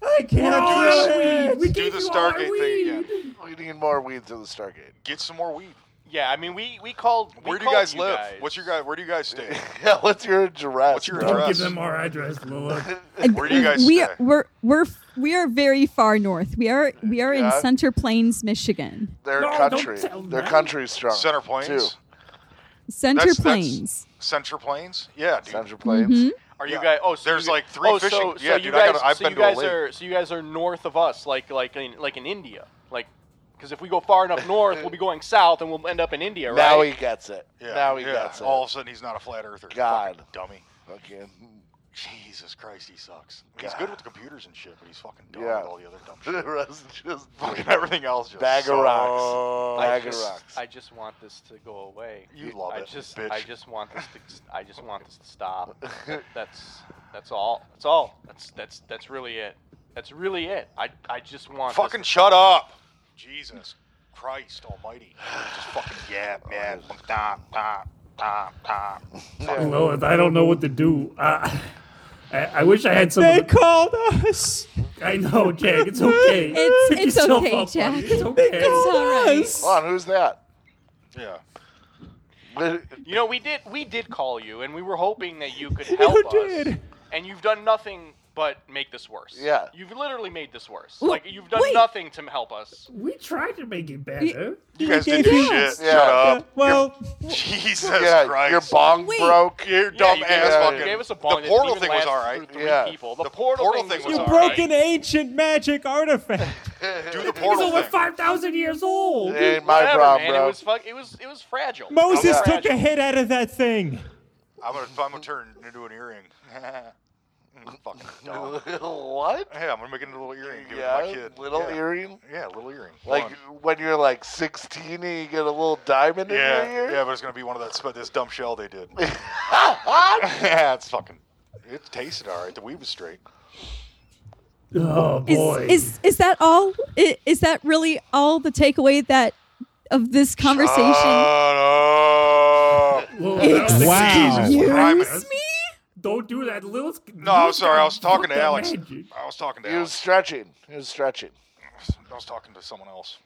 S3: I can't do it.
S5: We
S6: Do
S5: gave
S6: the
S5: you all our
S6: Stargate
S5: weed.
S6: thing again.
S8: We Oh, need more weed to the Stargate.
S6: Get some more weed.
S7: Yeah, I mean, we we called. we
S6: Where do you
S7: called
S6: guys live? What's your guys? Where do you guys stay?
S8: Yeah, what's your address?
S6: What's your
S8: bro?
S5: Don't
S6: address?
S5: give them our address, Lola.
S4: And
S6: Where do you guys
S4: we
S6: stay?
S4: are, we're we're f- we are very far north. We are we are in
S8: Yeah.
S4: Center Plains, Michigan.
S8: Their
S5: No, don't
S8: country.
S5: tell
S8: Their
S5: them.
S8: country strong.
S6: Center Plains.
S8: Too.
S4: Center
S6: That's- that's-
S4: Plains.
S6: Central Plains. Yeah, dude.
S8: Central
S4: Mm-hmm.
S8: Plains.
S7: Are
S6: Yeah.
S7: you guys? Oh, so
S6: There's
S7: you,
S6: like three
S7: oh,
S6: fishing-
S7: So,
S6: yeah,
S7: so
S6: dude,
S7: you
S6: I
S7: guys,
S6: gotta- I've
S7: so
S6: been
S7: you
S6: to a
S7: guys
S6: lake.
S7: are so you guys are north of us, like like in, like in India, like because if we go far enough north, we'll be going south and we'll end up in India, right?
S8: Now he gets it.
S6: Yeah,
S8: now he
S6: yeah.
S8: gets it.
S6: All of a sudden, he's not a flat earther.
S8: God.
S6: Fucking dummy.
S8: Fucking-
S6: Jesus Christ, he sucks. He's good with the computers and shit, but he's fucking dumb
S8: Yeah.
S6: with all the other dumb shit.
S8: The rest is just
S6: fucking everything else just
S8: Bag of
S6: sucks.
S8: rocks.
S7: I
S8: Bag of
S7: just,
S8: rocks.
S7: I just want this to go away.
S6: You love
S7: I
S6: it,
S7: just,
S6: bitch.
S7: I just want this to, I just want this to stop. That- That's, that's all. That's all. That's, that's, that's really it. That's really it. I, I just want. this
S6: Fucking shut up. Jesus Christ Almighty. Just fucking yeah, man. Da, da, da, da.
S5: Lilith, I don't know what to do. Uh, I, I wish I had some.
S3: They
S5: Of the,
S3: called us.
S5: I know, Jack. It's okay.
S4: It's-
S5: Pick
S4: it's
S5: yourself
S4: okay,
S5: up, buddy.
S4: Jack.
S5: It's okay.
S4: It's all right.
S3: us.
S8: Hold on, who's that?
S6: Yeah.
S7: You know, we did we did call you, and we were hoping that you could help us.
S3: did.
S7: And you've done nothing but make this worse.
S8: Yeah.
S7: You've literally made this worse.
S4: Well,
S7: like you've done
S4: wait.
S7: nothing to help us.
S5: We tried to make it better.
S6: You
S3: We
S6: guys did
S3: gave
S6: do
S3: you-
S6: shit.
S8: Yeah.
S6: Shut
S3: Uh,
S6: up.
S3: well,
S6: Jesus
S8: Yeah,
S6: Christ.
S8: your bong
S4: Wait.
S8: broke. Your
S7: Yeah,
S8: dumb
S7: you gave,
S8: ass
S7: us- you
S8: fucking.
S7: gave us a bond.
S6: The portal thing was all right.
S7: Three
S8: Yeah.
S7: people. The,
S6: The
S7: portal,
S6: portal
S7: thing
S6: thing
S7: was
S6: was
S3: you
S7: all
S6: alright.
S3: broke
S7: right.
S3: an ancient magic artifact.
S6: Do the
S5: He's
S6: portal
S5: over
S6: thing.
S5: five thousand years old.
S8: It ain't my
S7: Whatever,
S8: problem,
S7: man.
S8: bro.
S7: It was fuck. It was it was fragile.
S3: Moses
S7: It was
S3: took a
S7: fragile.
S3: hit out of that thing.
S6: I'm gonna, I'm gonna turn it into an earring. fucking dumb.
S8: what?
S6: Hey, I'm gonna make it into a little earring. Give it to my
S8: Yeah,
S6: kid.
S8: little
S6: yeah.
S8: earring.
S6: Yeah, little earring.
S8: Like
S6: One.
S8: when you're like 16 and you get a little diamond in your
S6: Yeah,
S8: ear.
S6: yeah, but it's gonna be one of that sp- this dumb shell they did.
S8: Ah,
S6: yeah, it's fucking. It tasted all right. The weed was straight.
S5: Oh boy.
S4: Is, is is that all? i- Is that really all the takeaway that of this conversation?
S6: Shut up.
S5: Lilith, I don't think-
S3: Wow.
S6: Jesus Christ.
S4: Excuse me?
S5: Don't do that, Lilith.
S6: No, I'm sorry. I was talking to
S5: Fuck that
S6: Alex.
S5: magic.
S6: I was talking to
S8: he was
S6: Alex.
S8: stretching. He was stretching.
S6: I was talking to someone else.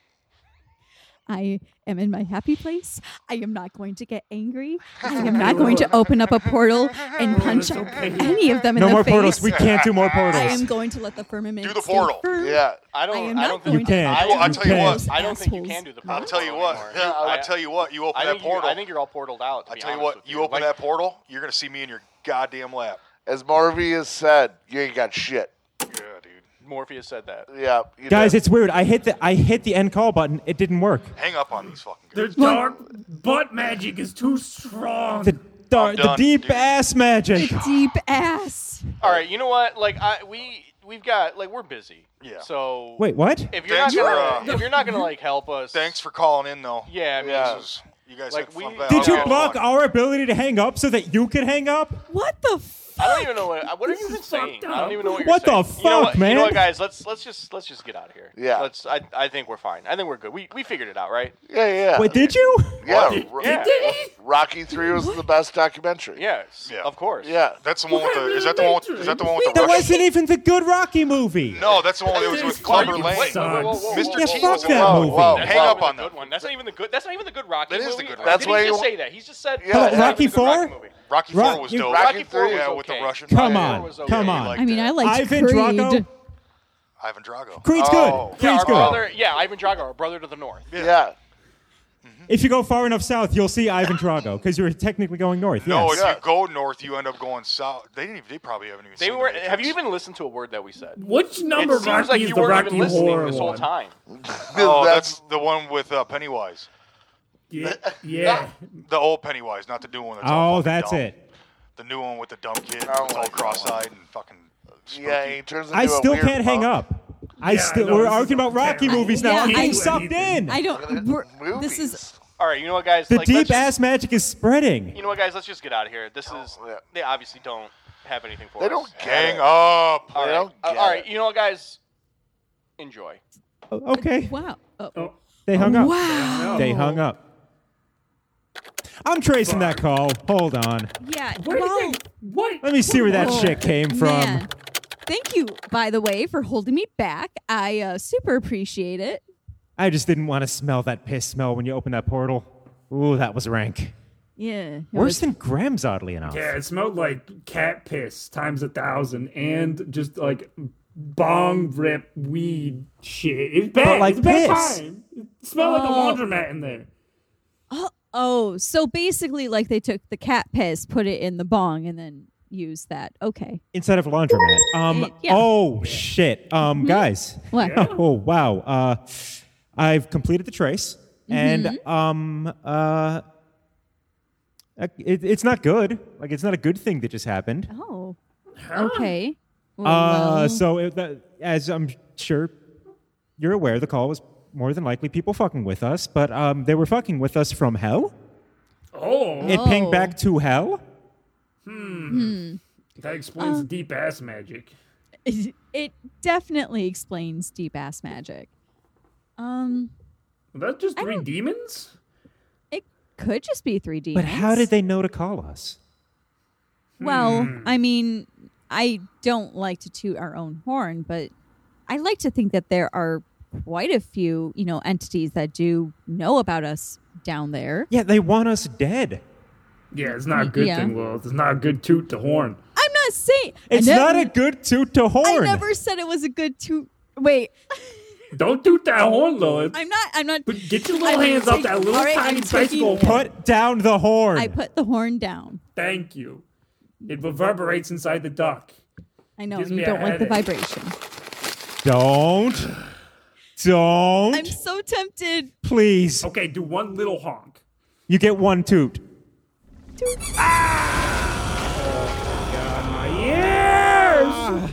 S4: I am in my happy place. I am not going to get angry. I am not going to open up a portal and punch out any of them in
S3: No
S4: the
S3: more
S4: face.
S3: portals. We can't do more
S4: I
S3: portals.
S4: am going to let the firmament
S6: Do the
S4: stay
S6: portal.
S4: firm.
S8: Yeah.
S7: I don't.
S4: I am
S7: I
S4: not
S7: don't
S4: going
S7: think
S3: You
S4: to
S3: can't.
S7: I,
S6: Well, I'll tell you what.
S4: those
S7: I don't think you
S4: assholes.
S7: can do the portal.
S6: I'll tell you what.
S7: anymore.
S6: I'll tell you what. You open
S7: I
S6: that
S7: think, you,
S6: portal.
S7: I think you're all portaled out.
S6: I'll tell you what. You open that portal, you're gonna see me in your goddamn lap.
S8: As Marvy has said, you ain't got shit.
S6: Yeah, dude.
S7: Morpheus said that.
S8: Yeah. you
S3: Guys,
S8: did.
S3: it's weird. I hit the I hit the end call button. It didn't work.
S6: Hang up on these fucking
S5: The
S6: guys.
S5: dark butt magic is too strong.
S3: The dar-
S6: I'm
S3: the
S6: done,
S3: deep
S6: dude.
S3: ass magic.
S4: Deep ass.
S7: All right, you know what? Like I we we've got like we're busy.
S6: Yeah.
S7: So
S3: Wait, what?
S7: If you're
S6: Thanks
S7: not gonna
S6: for, uh,
S7: if you're not gonna like help us,
S6: Thanks for calling in, though.
S7: Yeah, I mean,
S8: Yeah.
S6: This is- You guys
S7: Like,
S6: had
S7: we-
S6: fun. back-
S3: Did
S6: I'll
S3: you
S6: go
S3: block
S6: on.
S3: our ability to hang up so that you could hang up?
S4: What the fuck?
S7: I don't even know what. What are you even saying? I
S5: up.
S7: don't even know what you're
S3: What
S7: saying.
S3: the
S7: you know
S3: fuck,
S7: what, You
S3: man?
S7: know what, guys? Let's let's just let's just get out of here.
S8: Yeah.
S7: Let's. I I think we're fine. I think we're good. We we figured it out, right?
S8: Yeah, yeah.
S3: Wait, did you?
S8: yeah, Ro-
S7: Yeah.
S8: Rocky 3 was the best documentary.
S7: Yes.
S6: Yeah.
S7: Of course.
S8: Yeah.
S6: That's the one with the. Is that the one? With, is that the one with the
S3: That
S6: Russian?
S3: wasn't even the good Rocky movie.
S6: No, that's the one that was
S5: That
S6: with
S5: is
S6: Clever
S5: fucking
S6: Lane.
S5: Wait, whoa, whoa, whoa, whoa,
S6: Mr.
S3: Yeah,
S6: T
S3: fuck
S6: was in
S3: that
S6: it.
S3: movie.
S8: Whoa,
S7: That's
S6: Hang
S7: not
S6: up
S7: even
S6: on
S7: the
S6: them.
S7: good one. That's not even the good. That's not even the good Rocky
S6: That is the
S7: movie.
S6: good
S7: Or
S6: Rocky.
S8: That's
S7: Did
S8: why
S7: he
S8: you
S7: just
S8: wa-
S7: say that? He just said.
S8: Yeah,
S7: "That's
S8: yeah.
S7: not even
S3: Rocky
S7: the good Rocky
S3: Four?
S7: movie."
S6: Rocky
S3: Rock-
S6: Four was
S3: you-
S6: dope.
S8: Rocky Four
S6: yeah,
S7: was
S6: with
S7: okay.
S6: the Russian.
S3: Come
S6: guy.
S3: on,
S6: Yeah,
S7: come
S6: we
S3: on.
S6: liked
S4: I mean,
S6: that.
S4: I like
S3: Ivan
S4: Creed.
S3: Drago.
S6: Ivan Drago.
S3: Creed's
S8: Oh.
S3: good.
S7: Yeah,
S3: Creed's
S7: our
S3: good.
S7: brother. Yeah, Ivan Drago, our brother to the north.
S8: Yeah.
S3: If you go far enough south, you'll see Ivan Drago because you're technically going north.
S6: No,
S3: yes.
S6: if you go north, you end up going south. They didn't. They probably haven't even.
S7: They
S6: seen the
S7: were. Have
S6: Matrix.
S7: you even listened to a word that we said?
S5: Which
S7: It
S5: number
S7: seems
S5: Rocky
S7: like
S5: is
S7: you
S5: the
S7: weren't even
S5: Rocky
S7: listening
S5: Horror
S7: this whole
S5: One?
S7: time.
S6: Oh,
S8: that's-
S6: that's the one with uh, Pennywise.
S5: Yeah, yeah.
S6: The old Pennywise, not the new one. That's all
S3: Oh,
S6: fucking
S3: that's
S6: dumb.
S3: it.
S6: The new one with the dumb kid.
S8: I don't
S6: It's all
S8: like that
S6: cross-eyed and fucking. Spooky.
S8: Oh Yeah, he turns into
S3: I
S8: a
S3: still
S8: weird
S3: can't hang
S8: monk.
S3: up. I
S5: Yeah, I
S3: still.
S5: know,
S3: we're
S5: this is
S3: arguing about Rocky
S5: terrible.
S3: movies now.
S4: Yeah,
S3: I'm
S4: I-
S3: getting sucked in.
S4: I don't. we're-
S8: Movies.
S4: This is
S7: All right, you know what, guys?
S3: the
S7: like, let's
S3: deep
S7: just-
S3: ass magic is spreading.
S7: You know what, guys? Let's just get out of here. This is.
S8: Oh, yeah.
S7: They obviously don't have anything for
S8: They
S7: us.
S8: don't get
S6: Gang
S8: it.
S6: up.
S7: All
S8: They
S7: right.
S8: don't
S7: Uh,
S8: get
S7: all right.
S8: it.
S7: You know what, guys? Enjoy.
S3: Okay,
S4: wow. Oh,
S5: Oh,
S3: they hung up.
S4: wow.
S3: They hung up. I'm tracing that call. Hold on.
S4: Yeah.
S5: where do
S4: wow.
S5: you think? What?
S3: Let me see where that
S4: Oh,
S3: shit came from.
S4: man. Thank you, by the way, for holding me back. I uh, super appreciate it.
S3: I just didn't want to smell that piss smell when you opened that portal. Ooh, that was rank.
S4: Yeah. it
S3: Worse
S4: was-
S3: than Graham's, oddly enough.
S5: Yeah, it smelled like cat piss times a thousand, and just like bong rip weed shit. It's bad.
S3: like
S5: it's a bad
S3: piss.
S5: time. It smelled like a laundromat in there.
S4: Oh, so basically, like they took the cat piss, put it in the bong, and then used that. Okay.
S3: Instead of laundromat.
S4: Eh,
S3: Um.
S4: yeah. Mm-hmm.
S3: Oh shit. Um, guys.
S4: What?
S3: Oh wow. Uh, I've completed the trace, and
S4: Mm-hmm.
S3: um, uh, it, it's not good. Like it's not a good thing that just happened.
S4: Oh. Okay.
S3: Uh,
S4: Oh, Well,
S3: so it, that, as I'm sure you're aware, the call was more than likely people fucking with us, but um, they were fucking with us from hell.
S5: Oh,
S3: It pinged
S4: Oh.
S3: back to hell.
S5: Hmm. that
S4: Oh.
S5: explains the deep ass magic.
S4: it, it definitely explains deep ass magic. Um,
S5: Was that just three demons?
S4: it could just be 3D.
S3: But how did they know to call us?
S4: Well,
S5: Hmm.
S3: Hmm.
S4: I mean, I don't like to toot our own horn, but I like to think that there are quite a few, you know, entities that do know about us down there.
S3: Yeah, they want us dead.
S5: Yeah, it's not a good
S4: Yeah.
S5: thing, Will. It's not a good toot to horn.
S4: I'm not saying
S3: It's
S4: I
S3: not
S4: never-
S3: a good toot to horn.
S4: I never said it was a good toot. Wait,
S5: Don't toot that horn, Lilith.
S4: I'm not. I'm not.
S5: But get your
S4: I'm
S5: little hands up
S4: taking-
S5: that little
S4: all right,
S5: tiny
S4: I'm taking-
S5: bicycle horn.
S3: Put down the horn.
S4: I put the horn down.
S5: Thank you. It reverberates inside the duck.
S4: I know
S5: Gives
S4: you
S5: me a
S4: don't like the
S5: headache.
S4: vibration.
S3: Don't. Don't.
S4: I'm so tempted.
S3: Please.
S5: Okay, do one little honk.
S3: You get one toot.
S5: Ah, My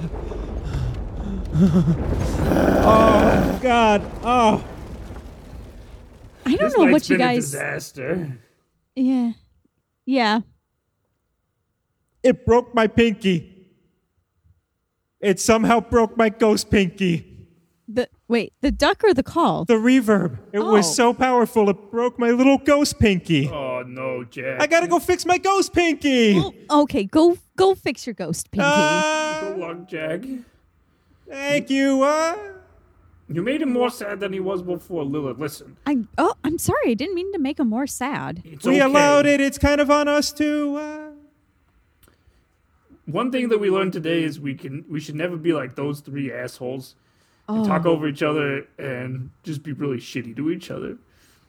S6: Ah.
S5: ears!
S3: God. Oh.
S4: I don't
S5: This
S4: know
S5: night's
S4: what you
S5: been a
S4: guys.
S5: disaster.
S4: Yeah, yeah.
S3: It broke my pinky. It somehow broke my ghost pinky.
S4: The wait, the duck or the call?
S3: The reverb. It
S4: Oh.
S3: was so powerful, it broke my little ghost pinky.
S5: Oh no, Jack.
S3: I gotta go fix my ghost pinky.
S4: Oh, okay, go go fix your ghost, Pinky.
S3: Ah,
S5: Good luck, Jack.
S3: thank you. ah.
S5: You made him more sad than he was before, Lilith. Listen,
S4: I oh, I'm sorry. I didn't mean to make him more sad.
S5: it's
S3: we
S5: okay.
S3: allowed it. It's kind of on us too. ah.
S5: One thing that we learned today is we can we should never be like those three assholes. and Talk
S4: Oh.
S5: over each other and just be really shitty to each other.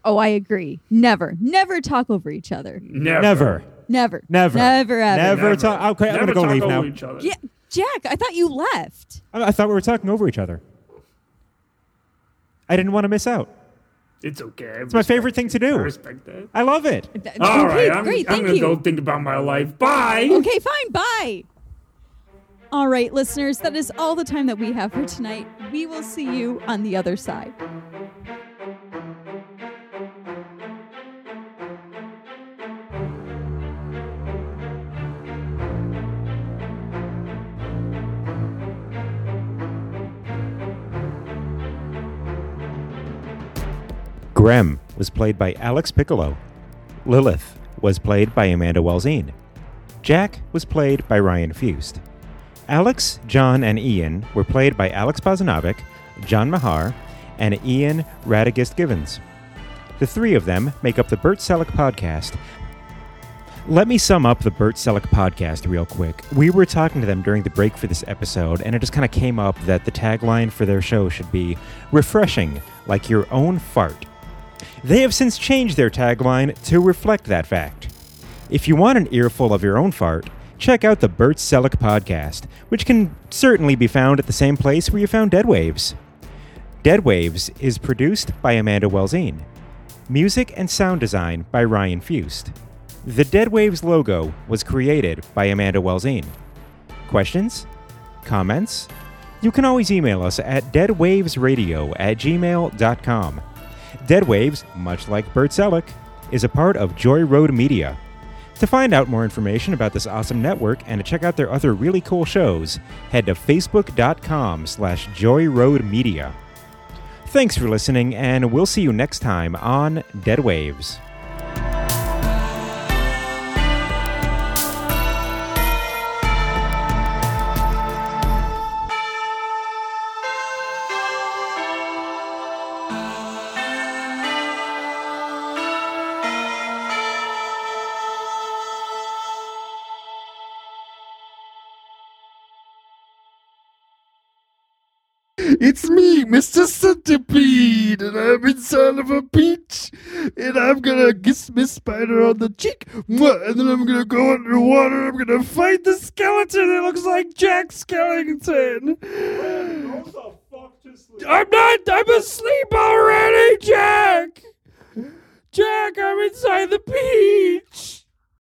S4: Oh, I agree. Never, never talk over each other.
S5: Never.
S3: never,
S4: Never,
S3: never,
S4: never, ever.
S3: never talk. Okay, I'm
S5: Never
S3: gonna go
S5: talk
S3: leave
S5: over
S3: now.
S5: each other.
S4: Yeah, Jack. I thought you left.
S3: I I thought we were talking over each other. I didn't want to miss out.
S5: It's okay.
S3: It's my favorite thing to
S5: I
S3: do.
S5: respect that.
S3: I love it.
S4: Th- okay,
S5: All right, I'm,
S4: great.
S5: I'm
S4: thank
S5: gonna
S4: you.
S5: go think about my life. Bye.
S4: Okay, fine. Bye. All right, listeners, that is all the time that we have for tonight. We will see you on the other side.
S3: Grem was played by Alex Piccolo. Lilith was played by Amanda Welzine. Jack was played by Ryan Fust. Alex, John, and Ian were played by Alex Bozanovic, John Mahar, and Ian Radagist Givens. The three of them make up the Bert Selleck podcast. Let me sum up the Bert Selleck podcast real quick. We were talking to them during the break for this episode, and it just kind of came up that the tagline for their show should be refreshing, like your own fart. They have since changed their tagline to reflect that fact. If you want an earful of your own fart, check out the Bert Selleck podcast, which can certainly be found at the same place where you found Dead Waves. Dead Waves is produced by Amanda Welzine. Music and sound design by Ryan Fust. The Dead Waves logo was created by Amanda Welzine. Questions? Comments? You can always email us at deadwavesradio at gmail.com. Dead Waves, much like Bert Selleck, is a part of Joy Road Media. To find out more information about this awesome network and to check out their other really cool shows, head to facebook.com slash joyroadmedia. Thanks for listening, and we'll see you next time on Dead Waves.
S11: It's me, Mr. Centipede, and I'm inside of a peach, and I'm gonna kiss Miss Spider on the cheek, mwah, and then I'm gonna go underwater. I'm gonna fight the skeleton that looks like Jack Skellington. I'm not. I'm asleep already, Jack. Jack, I'm inside the peach.